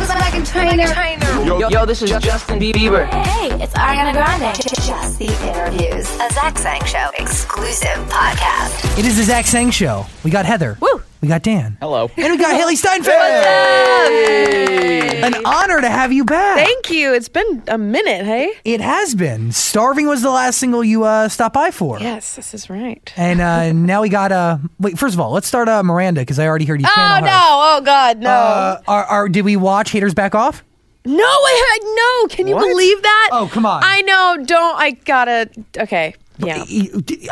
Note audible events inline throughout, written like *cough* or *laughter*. entertainer. Yo, yo, this is Justin Bieber. Hey, it's Ariana Grande. Just the interviews, a Zach Sang Show exclusive podcast. It is the Zach Sang Show. We got Heather. Woo. We got Dan. Hello. And we got Haley Steinfeld. An honor to have you back. Thank you. It's been a minute, hey? it has been. Starving was the last single you uh, stopped by for. Yes, this is right. And uh, now we got uh wait. First of all, let's start uh, Miranda because I already heard you. Oh channel no! her. Oh god, no! Uh, are, are did we watch Haters Back Off? no, I had no. Can you What? believe that? Oh, come on. e- I know. Don't. I gotta. Okay. Yeah.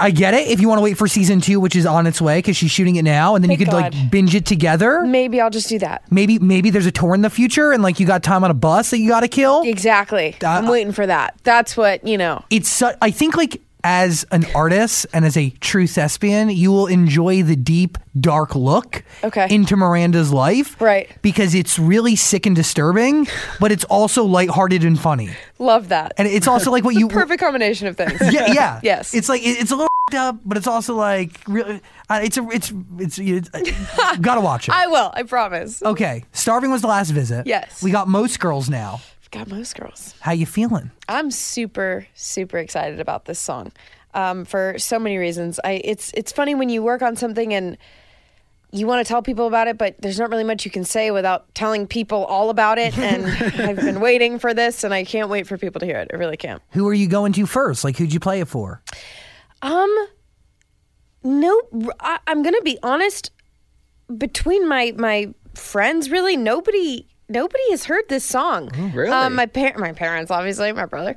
I get it. If you want to wait for season two, which is on its way, because she's shooting it now, and then you Thank could like God. binge it together. Maybe I'll just do that. Maybe maybe there's a tour in the future, and like you got time on a bus that you got to kill. Exactly. I'm waiting for that. That's what you know. It's su- I think like as an artist and as a true thespian, you will enjoy the deep, dark look Okay. into Miranda's life, Right. Because it's really sick and disturbing, but it's also lighthearted and funny, Love that. and it's also like *laughs* what you Perfect combination of things. *laughs* yeah, yeah. *laughs* Yes. It's like it- it's a little *laughs* up, but it's also like really. Uh, it's a it's it's, it's *laughs* uh, gotta watch it. I will. I promise. okay, starving was the last visit. Yes. we got most girls now. Got most girls. How you feeling? I'm super super excited about this song um, for so many reasons. I it's it's funny when you work on something and you want to tell people about it, but there's not really much you can say without telling people all about it. And I've been waiting for this, and I can't wait for people to hear it. I really can't. Who are you going to first? Like who'd you play it for? Um, no, I, I'm gonna be honest. Between my my friends, really, nobody nobody has heard this song. Oh, really? Um, my par- my parents, obviously, my brother,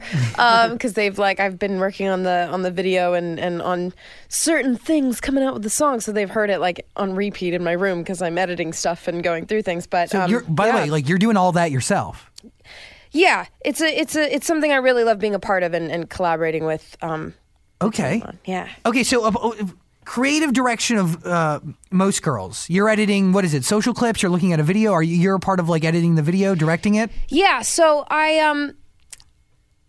*laughs* um, because they've like I've been working on the on the video and and on certain things coming out with the song, so they've heard it like on repeat in my room because I'm editing stuff and going through things. But So um, you're by the yeah. way, like you're doing all that yourself. yeah, it's a it's a it's something I really love being a part of and, and collaborating with. Um, Okay. yeah. Okay. So. Uh, uh, Creative direction of uh, most girls. You're editing. What is it? Social clips. You're looking at a video. Are you? You're a part of like editing the video, directing it. Yeah, so I um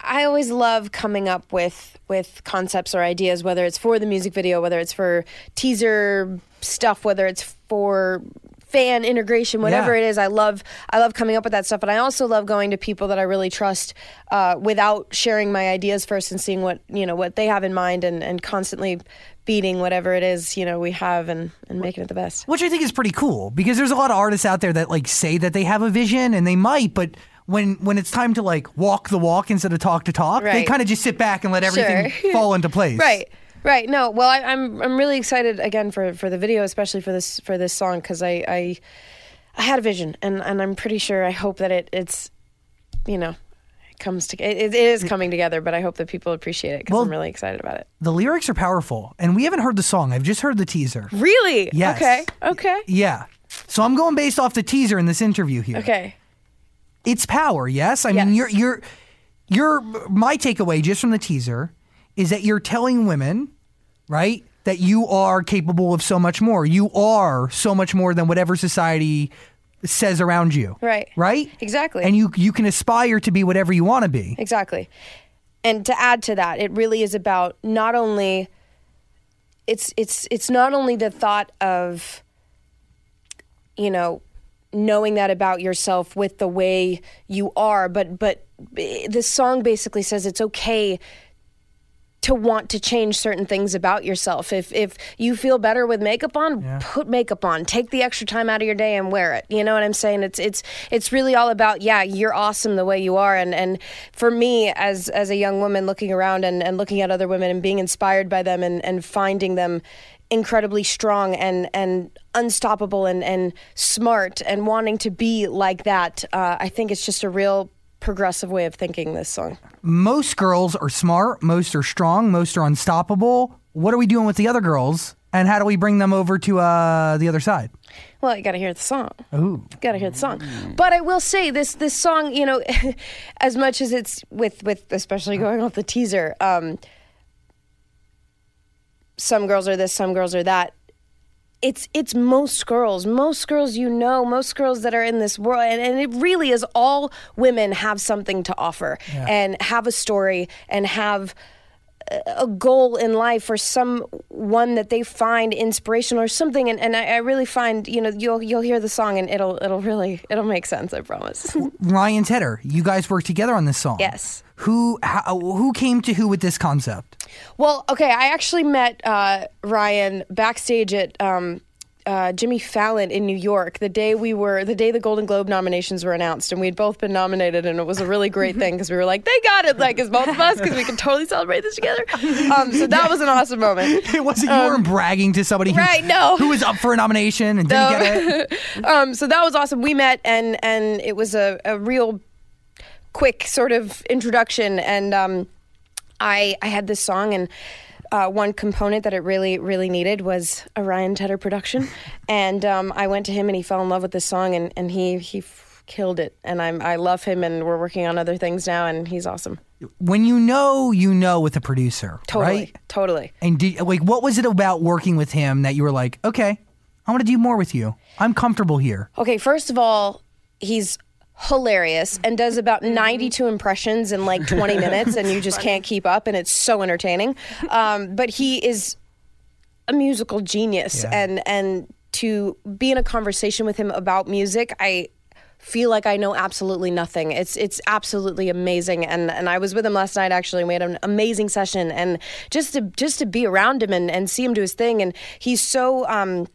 I always love coming up with with concepts or ideas whether it's for the music video, whether it's for teaser stuff, whether it's for fan integration, whatever Yeah. it is. I love I love coming up with that stuff, but I also love going to people that I really trust uh, without sharing my ideas first and seeing what, you know, what they have in mind and and constantly beating whatever it is, you know, we have and and making it the best. which I think is pretty cool because there's a lot of artists out there that like say that they have a vision and they might, but when when it's time to like walk the walk instead of talk to talk, they Right. kind of just sit back and let everything Sure. *laughs* fall into place. Right. Right. No. Well, I, I'm I'm really excited again for for the video, especially for this for this song because I, I I had a vision and and I'm pretty sure I hope that it it's you know it comes to it, it is coming together, but I hope that people appreciate it because Well- I'm really excited about it. The lyrics are powerful, and we haven't heard the song. I've just heard the teaser. Really? Yes. Okay. Okay. Yeah. So I'm going based off the teaser in this interview here. Okay. It's power, yes. I mean, Yes. you're you're you're my takeaway just from the teaser is that you're telling women, right, that you are capable of so much more. You are so much more than whatever society says around you. Right. Right? Exactly. And you you can aspire to be whatever you want to be. Exactly. And to add to that, it really is about not only it's it's it's not only the thought of you know knowing that about yourself with the way you are, but but eh, this song basically says it's okay to want to change certain things about yourself. If if you feel better with makeup on, put makeup on. Take the extra time out of your day and wear it. You know what I'm saying? It's it's it's really all about yeah, you're awesome the way you are and and for me as as a young woman looking around and and looking at other women and being inspired by them and and finding them incredibly strong and and unstoppable and and smart and wanting to be like that. Uh, I think it's just a real progressive way of thinking this song. Most girls are smart, most are strong, most are unstoppable. What are we doing with the other girls? And how do we bring them over to uh, the other side? Well, you got to hear the song. Ooh. Got to hear the song. But I will say this this song, you know, *laughs* as much as it's with with especially going off the teaser, um some girls are this, some girls are that. It's it's most girls, most girls you know, most girls that are in this world, and, and it really is all women have something to offer and have a story and have a goal in life or someone that they find inspirational or something and, and I, I really find you know you'll you'll hear the song and it'll it'll really it'll make sense I promise *laughs* Ryan Tedder, you guys worked together on this song. Yes. Who how, who came to who with this concept? well okay I actually met uh, Ryan backstage at um, uh, Jimmy Fallon in New York the day we were the day the Golden Globe nominations were announced and we had both been nominated and it was a really great thing because we were like they got it like as both of us because we can totally celebrate this together um, so that was an awesome *laughs* moment It wasn't you weren't bragging to somebody who, right, no. who was up for a nomination and didn't No. *laughs* get it. um, so that was awesome. We met, and and it was a, a real quick sort of introduction, and um, I I had this song and. Uh, one component that it really, really needed was a Ryan Tedder production, and um, I went to him and he fell in love with this song and, and he he f- killed it. And I'm I love him and we're working on other things now and he's awesome. When you know, you know with a producer, Totally, right? totally. And did, like, what was it about working with him that you were like, okay, I want to do more with you. I'm comfortable here. Okay, first of all, he's hilarious and does about 92 impressions in like 20 minutes, and you just can't keep up, and it's so entertaining. Um, but he is a musical genius, Yeah. and and to be in a conversation with him about music, I feel like I know absolutely nothing. It's it's absolutely amazing, and and I was with him last night actually. We had an amazing session, and just to just to be around him and and see him do his thing, and he's so. Um,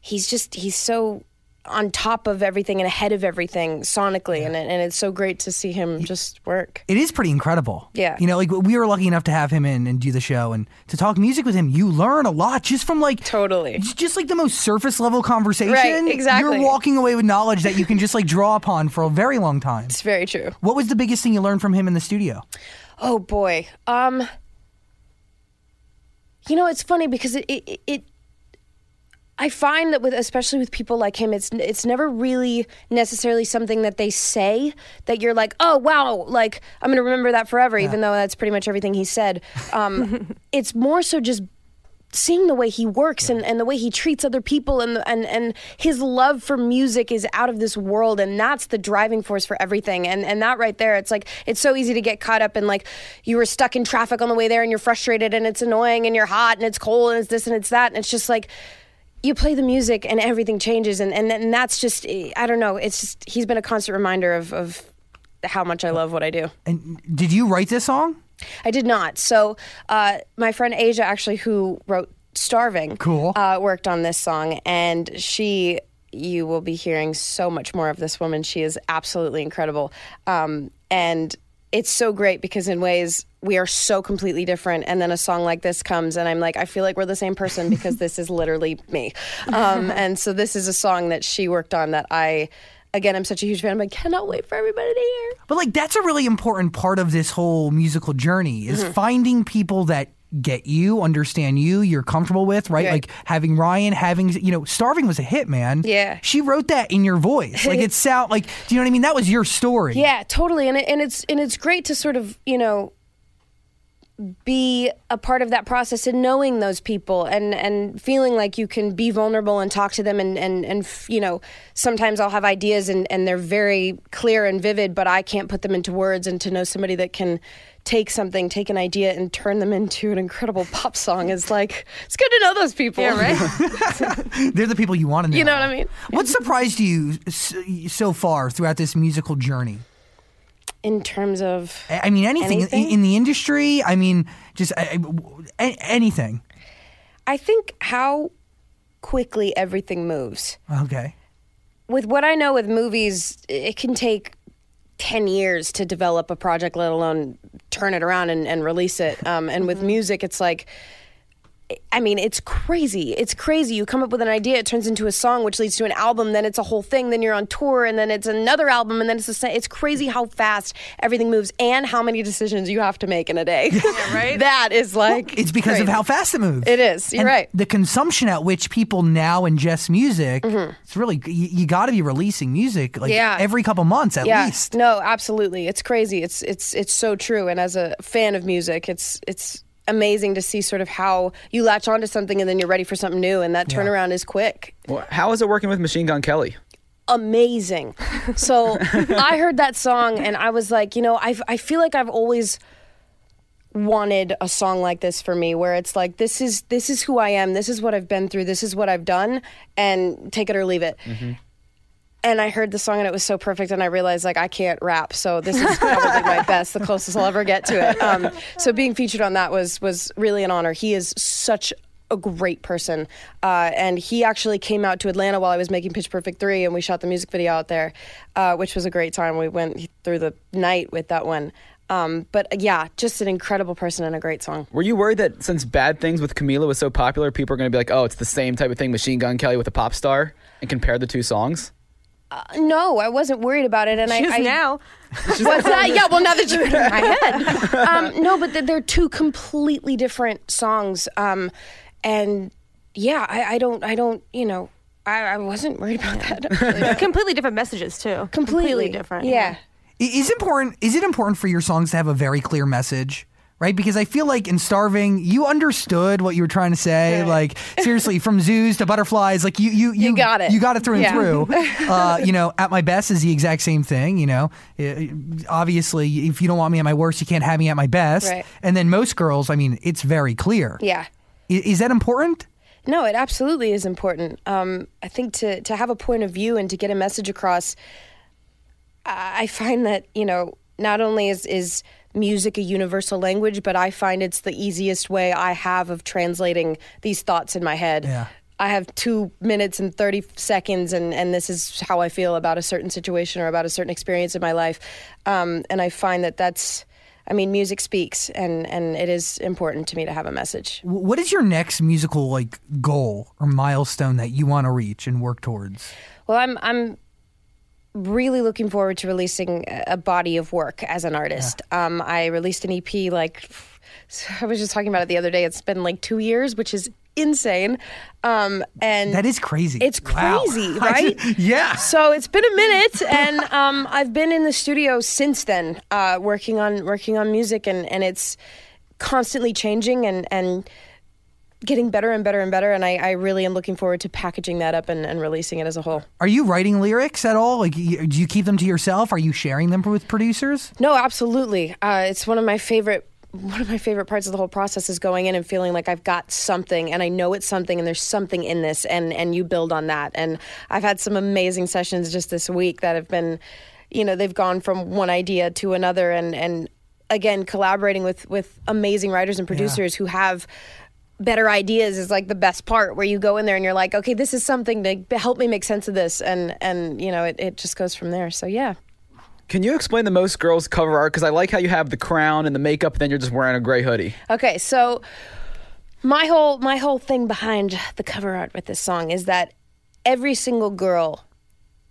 he's just he's so on top of everything and ahead of everything sonically and and it's so great to see him just work. It is pretty incredible. Yeah. You know, like we were lucky enough to have him in and do the show and to talk music with him. You learn a lot just from like Totally. j- just like the most surface level conversation. exactly. You're walking away with knowledge that you can just like draw upon for a very long time. It's very true. What was the biggest thing you learned from him in the studio? Oh boy. Um You know, it's funny because it it, it I find that with especially with people like him, it's it's never really necessarily something that they say that you're like, oh wow, like I'm gonna remember that forever, even though that's pretty much everything he said. Um, it's more so just seeing the way he works and, and the way he treats other people and, the- and and his love for music is out of this world and that's the driving force for everything and and that right there it's like it's so easy to get caught up in like you were stuck in traffic on the way there and you're frustrated and it's annoying and you're hot and it's cold and it's this and it's that and it's just like you play the music and everything changes and and, and that's just I don't know it's just he's been a constant reminder of of how much I love what I do. And did you write this song? I did not. So uh, my friend Asia, actually, who wrote "Starving," Cool. uh, worked on this song, and she. You will be hearing so much more of this woman. She is absolutely incredible, um, and it's so great because in ways we are so completely different. And then a song like this comes, and I'm like, I feel like we're the same person because this is literally me. Um, and so this is a song that she worked on that I, again, I'm such a huge fan. of. I cannot wait for everybody to hear. But like that's a really important part of this whole musical journey Mm-hmm. is finding people that get you, understand you, you're comfortable with, right? Right. Like having Ryan, having you know, starving was a hit, man. Yeah. She wrote that in your voice. *laughs* Like it sound like do you know what I mean? That was your story. Yeah, totally. And it, and it's and it's great to sort of you know be a part of that process and knowing those people and and feeling like you can be vulnerable and talk to them and and and f- you know sometimes I'll have ideas and and they're very clear and vivid but I can't put them into words and to know somebody that can take something take an idea and turn them into an incredible *laughs* pop song is like it's good to know those people yeah, right They're the people you want to know. you know what I mean What surprised you s- so far throughout this musical journey? *laughs* in terms of I I mean, anything, in- Anything? In, the industry. I mean, just I- I- w- a- anything. I think how quickly everything moves Okay. with what I know with movies, it can take 10 years to develop a project, let alone turn it around and, and release it. Um, and Mm-hmm. with music, it's like, I mean, it's crazy. It's crazy. You come up with an idea, it turns into a song, which leads to an album, then it's a whole thing, then you're on tour, and then it's another album, and then it's the same. It's crazy how fast everything moves and how many decisions you have to make in a day. right? *laughs* that is like. It's because of crazy. how fast it moves. It is. You're And right. The consumption at which people now ingest music, it's really you, you got to be releasing music like Mm-hmm. Yeah. every couple months at yeah. least. No, absolutely. It's crazy. It's it's it's so true. And as a fan of music, it's it's amazing to see sort of how you latch onto something and then you're ready for something new and that turnaround is quick. Well, how is it working with Machine Gun Kelly? Amazing. So I heard that song and I was like, you know, I I feel like I've always wanted a song like this for me where it's like this is this is who I am, this is what I've been through, this is what I've done and take it or leave it. And I heard the song and it was so perfect and I realized like I can't rap, so this is probably my best, the closest I'll ever get to it. Um, so being featured on that was was really an honor. He is such a great person. Uh, and he actually came out to Atlanta while I was making Pitch Perfect 3, and we shot the music video out there, uh, which was a great time. We went through the night with that one. Um, but uh, yeah, just an incredible person and a great song. Were you worried that since Bad Things with Camila was so popular, people are going to be like, oh, it's the same type of thing, Machine Gun Kelly with a pop star, and compare the two songs? No, I wasn't worried about it, and I, She is I *laughs* now. What's that? Yeah, well, now that you're in my head. Um, no, but th- they're two completely different songs. Um, and yeah, I, I don't, I don't, you know, I, I wasn't worried about that. actually. Completely different messages too. completely different. Yeah. I- Is important is it important for your songs to have a very clear message? Right? Because I feel like in Starving, you understood what you were trying to say. Like seriously, from zoos to butterflies, like you you you, got it. You got it through and Yeah. *laughs* through. Uh, you know, at my best is the exact same thing, you know. Uh, Obviously, if you don't want me at my worst, you can't have me at my best. Right. And then most girls, I mean, it's very clear. Yeah. I- Is that important? No, it absolutely is important. Um, I think to, to have a point of view and to get a message across, I I find that, you know, not only is, is music a universal language, but I find it's the easiest way I have of translating these thoughts in my head. Yeah. I have two minutes and 30 seconds, and, and this is how I feel about a certain situation or about a certain experience in my life. Um, and I find that that's, I mean, music speaks, and, and it is important to me to have a message. W- What is your next musical like goal or milestone that you want to reach and work towards? Well, I'm I'm really looking forward to releasing a a body of work as an artist. Um, I released an EP like *laughs* I was just talking about it the other day. It's been like two years, which is insane. Um, and That is crazy. It's Wow. crazy, *laughs* I right? ju- yeah. So it's been a minute, and um, I've been in the studio since then, uh, working on working on music, and and it's constantly changing and and getting better and better and better. And I, I really am looking forward to packaging that up and, and releasing it as a whole. Are you writing lyrics at all? Like, y- do you keep them to yourself? Are you sharing them with producers? No, absolutely. Uh, it's one of my favorite. One of my favorite parts of the whole process is going in and feeling like I've got something, and I know it's something, and there's something in this, and and you build on that. And I've had some amazing sessions just this week that have been, you know, they've gone from one idea to another, and and again collaborating with with amazing writers and producers who have better ideas is like the best part where you go in there and you're like okay this is something to b- help me make sense of this and and you know it, it just goes from there so yeah Can you explain the most girls cover art? Because I like how you have the crown and the makeup, and then you're just wearing a gray hoodie. Okay, so my whole my whole thing behind the cover art with this song is that every single girl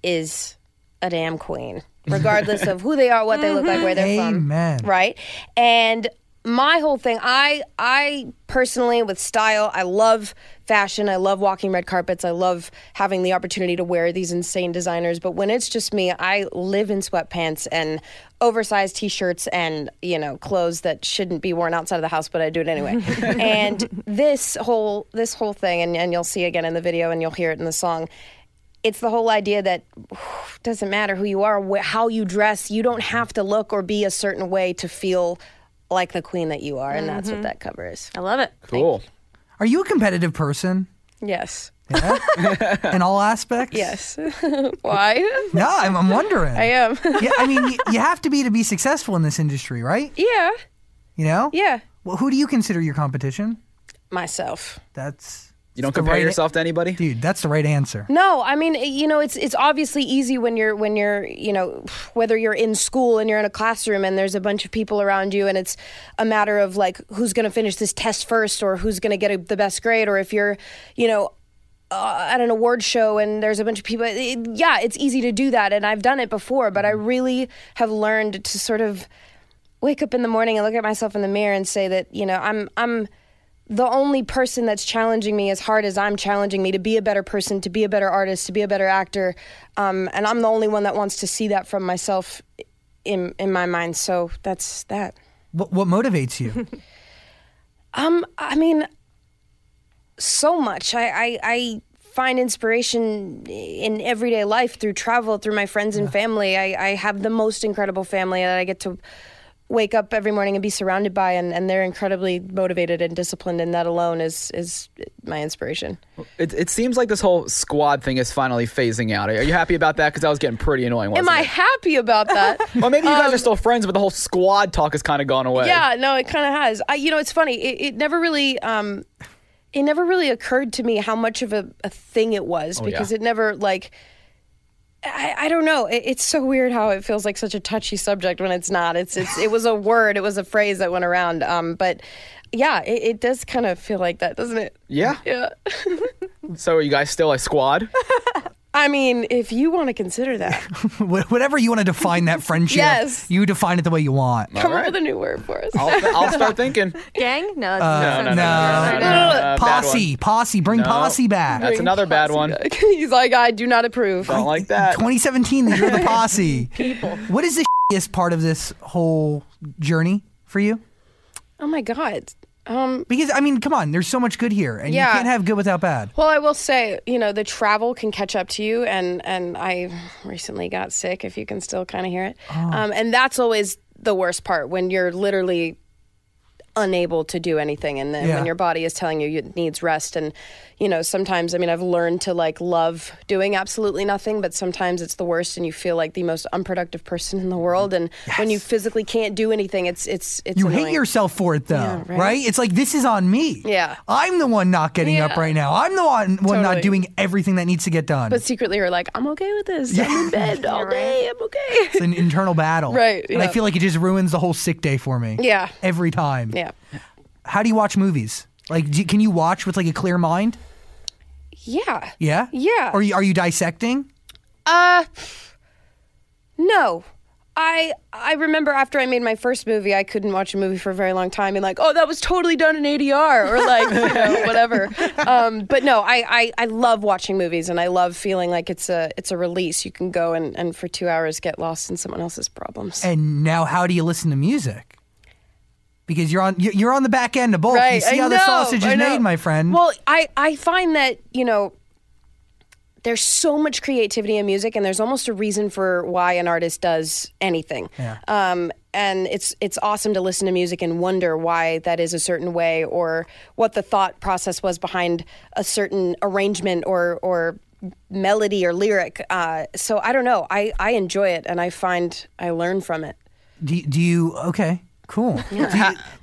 is a damn queen, regardless of who they are, what they look like, where they're Amen. from. Right? And my whole thing, I I personally with style, I love fashion, I love walking red carpets, I love having the opportunity to wear these insane designers, but when it's just me, I live in sweatpants and oversized t-shirts and, you know, clothes that shouldn't be worn outside of the house, but I do it anyway. and this whole this whole thing and, and you'll see again in the video and you'll hear it in the song it's the whole idea that *sighs* doesn't matter who you are, wh- how you dress, you don't have to look or be a certain way to feel like the queen that you are, and that's what that cover is. Mm-hmm. I love it. Cool. Are you a competitive person Yes. *laughs* in all aspects? *laughs* Yes. Why? No, I'm, I'm wondering. *laughs* I am. *laughs* *laughs* yeah, I mean, you, you have to be to be successful in this industry, right? yeah. You know. Yeah. Well, who do you consider your competition? Myself. That's You don't that's the compare right a- yourself to anybody? dude. That's the right answer. No, I mean, you know, it's it's obviously easy when you're when you're, you know, *sighs* whether you're in school and you're in a classroom and there's a bunch of people around you and it's a matter of like who's going to finish this test first or who's going to get a, the best grade or if you're, you know, uh, at an award show and there's a bunch of people. it- yeah, it's easy to do that and I've done it before, but I really have learned to sort of wake up in the morning and look at myself in the mirror and say that you know i'm i'm the only person that's challenging me as hard as i'm challenging me to be a better person to be a better artist to be a better actor um, and i'm the only one that wants to see that from myself in in my mind so that's that What, what motivates *laughs* you? um, I mean, so much. I, I, I find inspiration in everyday life through travel, through my friends and family. I, I have the most incredible family that I get to wake up every morning and be surrounded by, and, and they're incredibly motivated and disciplined, and that alone is is my inspiration. It, it seems like this whole squad thing is finally phasing out. Are you happy about that? Because that was getting pretty annoying. Wasn't Am I it? happy about that? Well, maybe you guys are still friends, but the whole squad talk has kind of gone away. Yeah, no, it kind of has. I, you know, it's funny. It, it never really, um, it never really occurred to me how much of a, a thing it was Oh, yeah. because it never like. I, I don't know. It, it's so weird how it feels like such a touchy subject when it's not. It's it's *laughs* it was a word. It was a phrase that went around. Um, but yeah, it, it does kind of feel like that, doesn't it? Yeah. Yeah. *laughs* So are you guys still a squad? I mean, if you want to consider that, *laughs* Wh- Whatever you want to define that friendship, Yes. you define it the way you want. come right. up with a new word for us. *laughs* I'll, I'll start thinking. Gang? No, that's No, no, no, no, Uh, no, no, no, no, no. Uh, bad posse, one. posse, bring No. posse back. That's another bad one. *laughs* He's like, I do not approve. Don't like that. 2017, the *laughs* year of the posse. People. What is the shittiest part of this whole journey for you? Oh my god. Um, Because I mean, come on, there's so much good here, and Yeah. you can't have good without bad. Well, I will say, you know, the travel can catch up to you, and and I recently got sick. If you can still kind of hear it, Oh. um, and that's always the worst part when you're literally unable to do anything, and then Yeah. when your body is telling you it needs rest. And you know, sometimes I mean, I've learned to like love doing absolutely nothing, but sometimes it's the worst, and you feel like the most unproductive person in the world. And when you physically can't do anything, it's it's it's You hate annoying. yourself for it though, right. right. It's like this is on me. Yeah. I'm the one not getting up Yeah. right now. I'm the one, one not Totally. doing everything that needs to get done. But secretly, you're like, I'm okay with this. I'm in *laughs* bed all right. day. I'm okay. it's an internal battle, *laughs* Right, And I yeah. feel like it just ruins the whole sick day for me. Yeah. every time. Yeah. How do you watch movies? Like, do, can you watch with like a clear mind? Yeah. Yeah. Yeah. Or you- are you dissecting? Uh no. I I remember after I made my first movie, I couldn't watch a movie for a very long time, and like, oh, that was totally done in ADR or like you know, whatever. Um, but no, I, I I love watching movies, and I love feeling like it's a it's a release. You can go and and for two hours get lost in someone else's problems. And now, how do you listen to music? Because you're on you're you're on the back end of both. you see I how the know, sausage I is know. made, my friend. Well, I, I find that, you know, there's so much creativity in music and there's almost a reason for why an artist does anything. Um, and it's it's awesome to listen to music and wonder why that is a certain way or what the thought process was behind a certain arrangement or or melody or lyric. Uh, so I don't know. I, I enjoy it and I find I learn from it. do, do you okay? Cool. Do, you,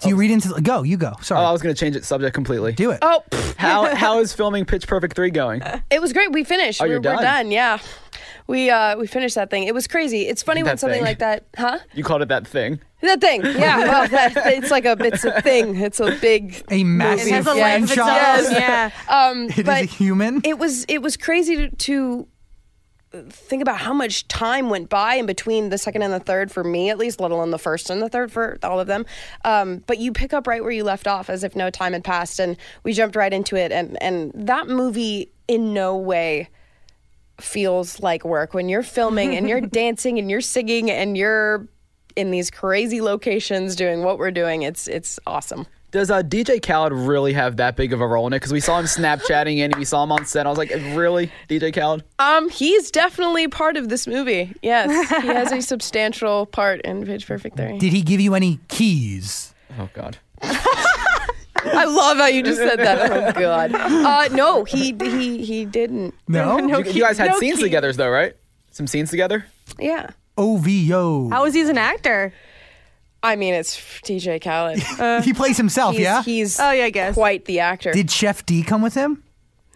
do you read into the, go? You go. Sorry. Oh, I was going to change its subject completely. do it. *laughs* Oh, *laughs* pfft. How how is filming Pitch Perfect three going? It was great. We finished. Oh, we're, you're done. we're done. Yeah. We uh we finished that thing. It was crazy. It's funny when That something thing. like that, huh? You called it that thing. That thing. *laughs* Yeah. Well, that, it's like a it's a thing. It's a big. a massive It has a life of its own. franchise. Yeah. Um. *laughs* It is but a human. it was it was crazy to, to think about how much time went by in between the second and the third for me at least let alone the first and the third for all of them um, but you pick up right where you left off as if no time had passed and we jumped right into it and, and that movie in no way feels like work when you're filming *laughs* and you're dancing and you're singing and you're in these crazy locations doing what we're doing it's it's awesome Does uh, DJ Khaled really have that big of a role in it? Because we saw him Snapchatting in, we saw him on set. I was like, really, DJ Khaled? Um, he's definitely part of this movie. Yes, he has a *laughs* substantial part in Pitch Perfect Three. Did he give you any keys? Oh God. I love how you just said that. *laughs* Oh God. Uh, no, he he he didn't. No. you, you guys had no scenes key. together, though, right? Some scenes together. Yeah. OVO. How was he as an actor? I mean, it's DJ *laughs* Khaled. he plays himself. He's, yeah. He's Oh, yeah, I guess. quite the actor. Did Chef D come with him?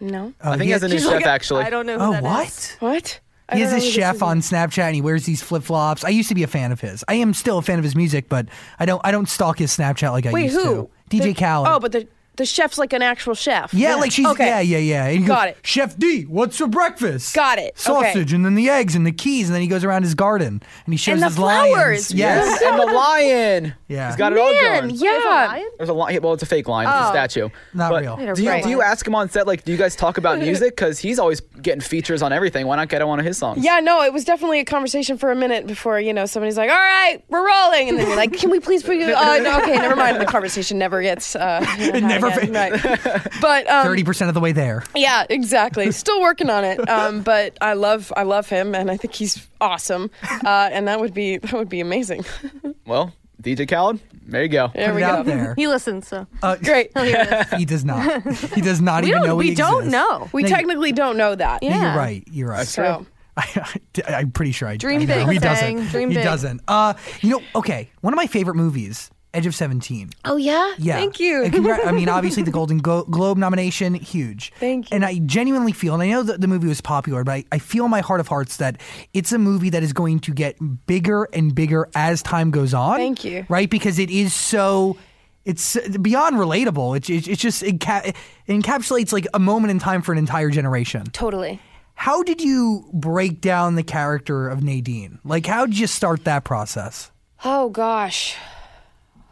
no. Oh, I think he has a new *laughs* She's chef like a- actually. I don't know who Oh, that what? is. What? I He has don't know this who this chef is. on Snapchat and he wears these flip flops. I used to be a fan of his. I am still a fan of his music, but I don't I don't stalk his Snapchat like I Wait, used who? to. DJ The- Khaled. Oh, but the the chef's like an actual chef. yeah, like she's okay. yeah, yeah, yeah. And he Got goes, it. Chef D, what's for breakfast? Got it. Okay. Sausage and then the eggs and the keys and then he goes around his garden and he shows And the his lions. flowers. Yes. and the lion. Yeah. He's got it all Man, Oh. going. yeah. There's a lion. Well, it's a fake lion. It's a statue. Not But real. Do you, Right. do you ask him on set? Like, do you guys talk about *laughs* music? Because he's always getting features on everything. Why not get him on one of his songs? Yeah, no, it was definitely a conversation for a minute before, you know, somebody's like, all right, we're rolling. And then you're like, can we please put you, uh, *laughs* no, okay, never mind. The conversation never gets, uh, it never *laughs* But, um, Thirty percent of the way there. yeah, exactly. Still working on it. Um, but I love, I love him and I think he's awesome. Uh, and that would be, that would be amazing. *laughs* Well, DJ Khaled, there you go. Put we it go. out *laughs* there. He listens, so Uh, Great. he'll hear this. *laughs* He does not. He does not We even don't. know We he don't exists. know. We technically don't know that. Yeah. You're right. You're right. So *laughs* I, am pretty sure I Dream I know. big, He Zhang. doesn't. Dream he big. doesn't. Uh, you know, okay. One of my favorite movies, Edge of Seventeen. Oh yeah. Yeah. Thank you. And congrat- I *laughs* mean, obviously the Golden Glo- Globe nomination, huge. Thank you. And I genuinely feel, and I know that the movie was popular, but I, I feel in my heart of hearts that it's a movie that is going to get bigger and bigger as time goes on. Thank you. Right? Because it is so. It's beyond relatable. It, it, it's just it, ca- it encapsulates like a moment in time for an entire generation. Totally. How did you break down the character of Nadine? Like, how did you start that process? Oh gosh.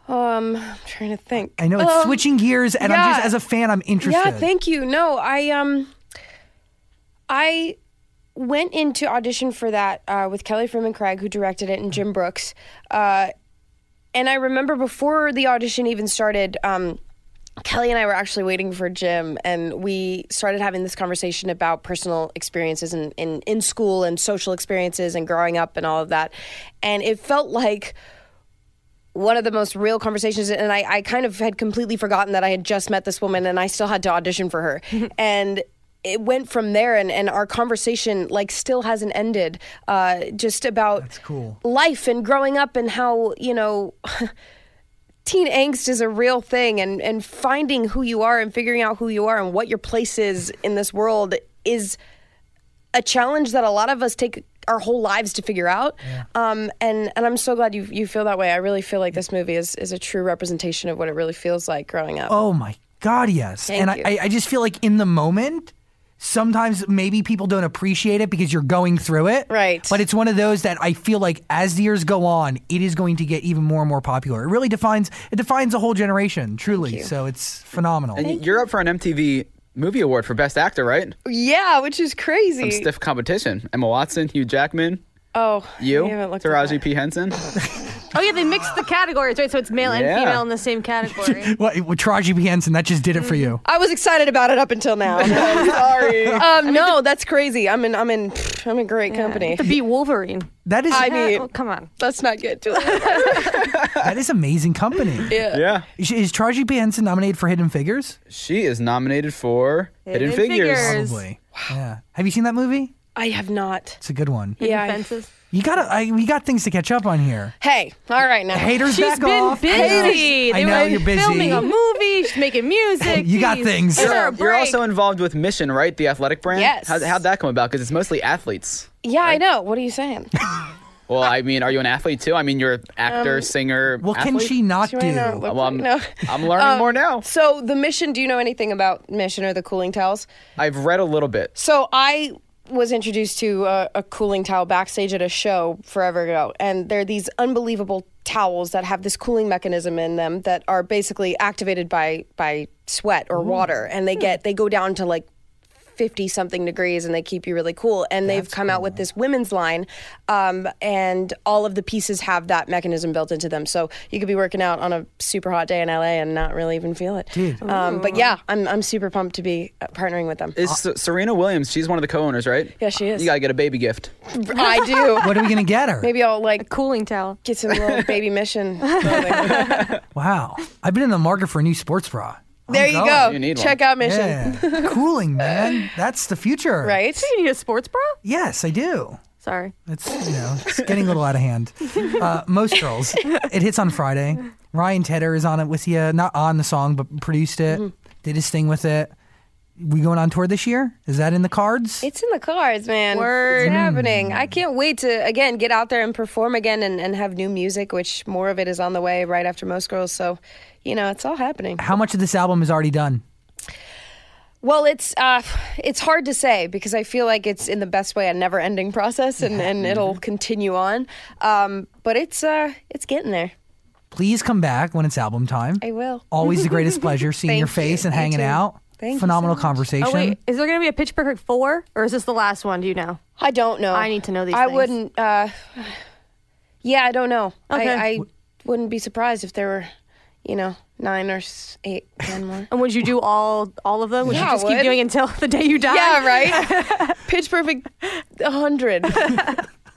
Um, I'm trying to think. I know it's Um, switching gears, and I'm just yeah. as a fan, I'm interested. Yeah, thank you. No, I um, I went into audition for that uh, with Kelly Freeman Craig, who directed it, and Jim Brooks. Uh, and I remember before the audition even started, um, Kelly and I were actually waiting for Jim, and we started having this conversation about personal experiences in, in, in school and social experiences and growing up and all of that. And it felt like one of the most real conversations and I, I kind of had completely forgotten that i had just met this woman and i still had to audition for her and it went from there and, and our conversation like still hasn't ended uh, just about cool. life and growing up and how you know teen angst is a real thing and and finding who you are and figuring out who you are and what your place is in this world is a challenge that a lot of us take our whole lives to figure out. Um, and and I'm so glad you you feel that way. I really feel like this movie is is a true representation of what it really feels like growing up. Oh my God, yes. Thank and you. I, I just feel like in the moment, sometimes maybe people don't appreciate it because you're going through it. Right. But it's one of those that I feel like as the years go on, it is going to get even more and more popular. It really defines it defines a whole generation, truly. So it's phenomenal. And you're up for an MTV Movie Award for Best Actor, right? Yeah, which is crazy. Stiff competition. Emma Watson, Hugh Jackman, oh, you, I haven't looked at Taraji that. P *laughs* Henson. *laughs* Oh yeah, they mixed the categories, right? So it's male and Yeah. female in the *laughs* same category. What with Taraji P Henson, that just did it for you. I was excited about it up until *laughs* now. Sorry. *laughs* um, no, that's crazy. I'm in. I'm in. I'm in great company. to be Wolverine. That is I Eh, mean, oh, come on. let's not get *laughs* to that. that is amazing company. Yeah. Is, is Taraji P Henson nominated for Hidden Figures? She is nominated for Hidden, Hidden Figures. Figures. There's- Probably. Yeah. Have you seen that movie? I have not. It's a good one. Yeah. I- Fences. You gotta, I, we got things to catch up on here. Hey, all right now. Haters She's back been off. I know. busy. I know, They were you're busy. Filming a movie. *laughs* She's making music. You got Jeez. things. Give her a You're, you're break. also involved with Mission, right? The athletic brand. Yes. How'd, how'd that come about? Because it's mostly athletes. Yeah, I know. What are you saying? Well, I mean, are you an athlete too? I mean, you're an actor, singer. Well, can athlete? she not Do do? I not look Well, I'm, Um, *laughs* no. I'm learning Um, more now. So the mission. Do you know anything about mission or the cooling towels? I've read a little bit. So I was introduced to a, a cooling towel backstage at a show forever ago, and they're these unbelievable towels that have this cooling mechanism in them that are basically activated by by sweat or water, and they get they go down to like. 50 something degrees and they keep you really cool and they've come out with this women's line um, and all of the pieces have that mechanism built into them so you could be working out on a super hot day in la and not really even feel it um, but yeah I'm, I'm super pumped to be uh, partnering with them Is Se- Serena Williams? She's one of the co-owners, right? Yeah, she is. You gotta get a baby gift. I *laughs* do. What are we gonna get her? Maybe I'll like cooling towel. get some little baby *laughs* mission. clothing. Wow, I've been in the market for a new sports bra. I'm there you going. go. You need Check one. out mission. Yeah, cooling, man. That's the future, Right? Do you need a sports bra? Yes, I do. Sorry. It's you know, it's getting a little out of hand. Uh, most girls. It hits on Friday. Ryan Tedder is on it with you, not on the song, but produced it. Mm-hmm. Did his thing with it. We going on tour this year? Is that in the cards? It's in the cards, man. Word. It's happening. I can't wait to again get out there and perform again and, and have new music, which more of it is on the way right after most girls. So, you know, it's all happening. How much of this album is already done? Well, it's uh, it's hard to say because I feel like it's in the best way a never-ending process, and, and it'll continue on. Um, but it's uh, it's getting there. Please come back when it's album time. I will. Always the *laughs* greatest pleasure seeing Thank your face you. and You hanging too. out. Thank you so Phenomenal much. conversation. *laughs* Oh wait, is there gonna be a Pitch Perfect four, or is this the last one? Do you know? I don't know. I need to know these I things. wouldn't. Uh, yeah, I don't know. Okay. I, I wouldn't be surprised if there were, you know, nine or s- eight, ten *laughs* more. And would you do all all of them? Would Yeah, you I just would. keep doing until the day you *laughs* die? *laughs* yeah, right. Pitch perfect, a hundred.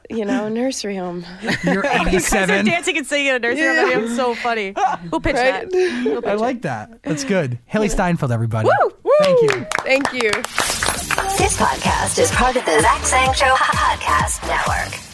you know, nursery home. You're Guys are 87. dancing and singing at a nursing home. That'd be *laughs* so funny. We'll pitch that. We'll pitch I it. like that. That's good. Haley Steinfeld, everybody. Woo! Thank you. Thank you. This podcast is part of the Zach Sang Show Podcast Network.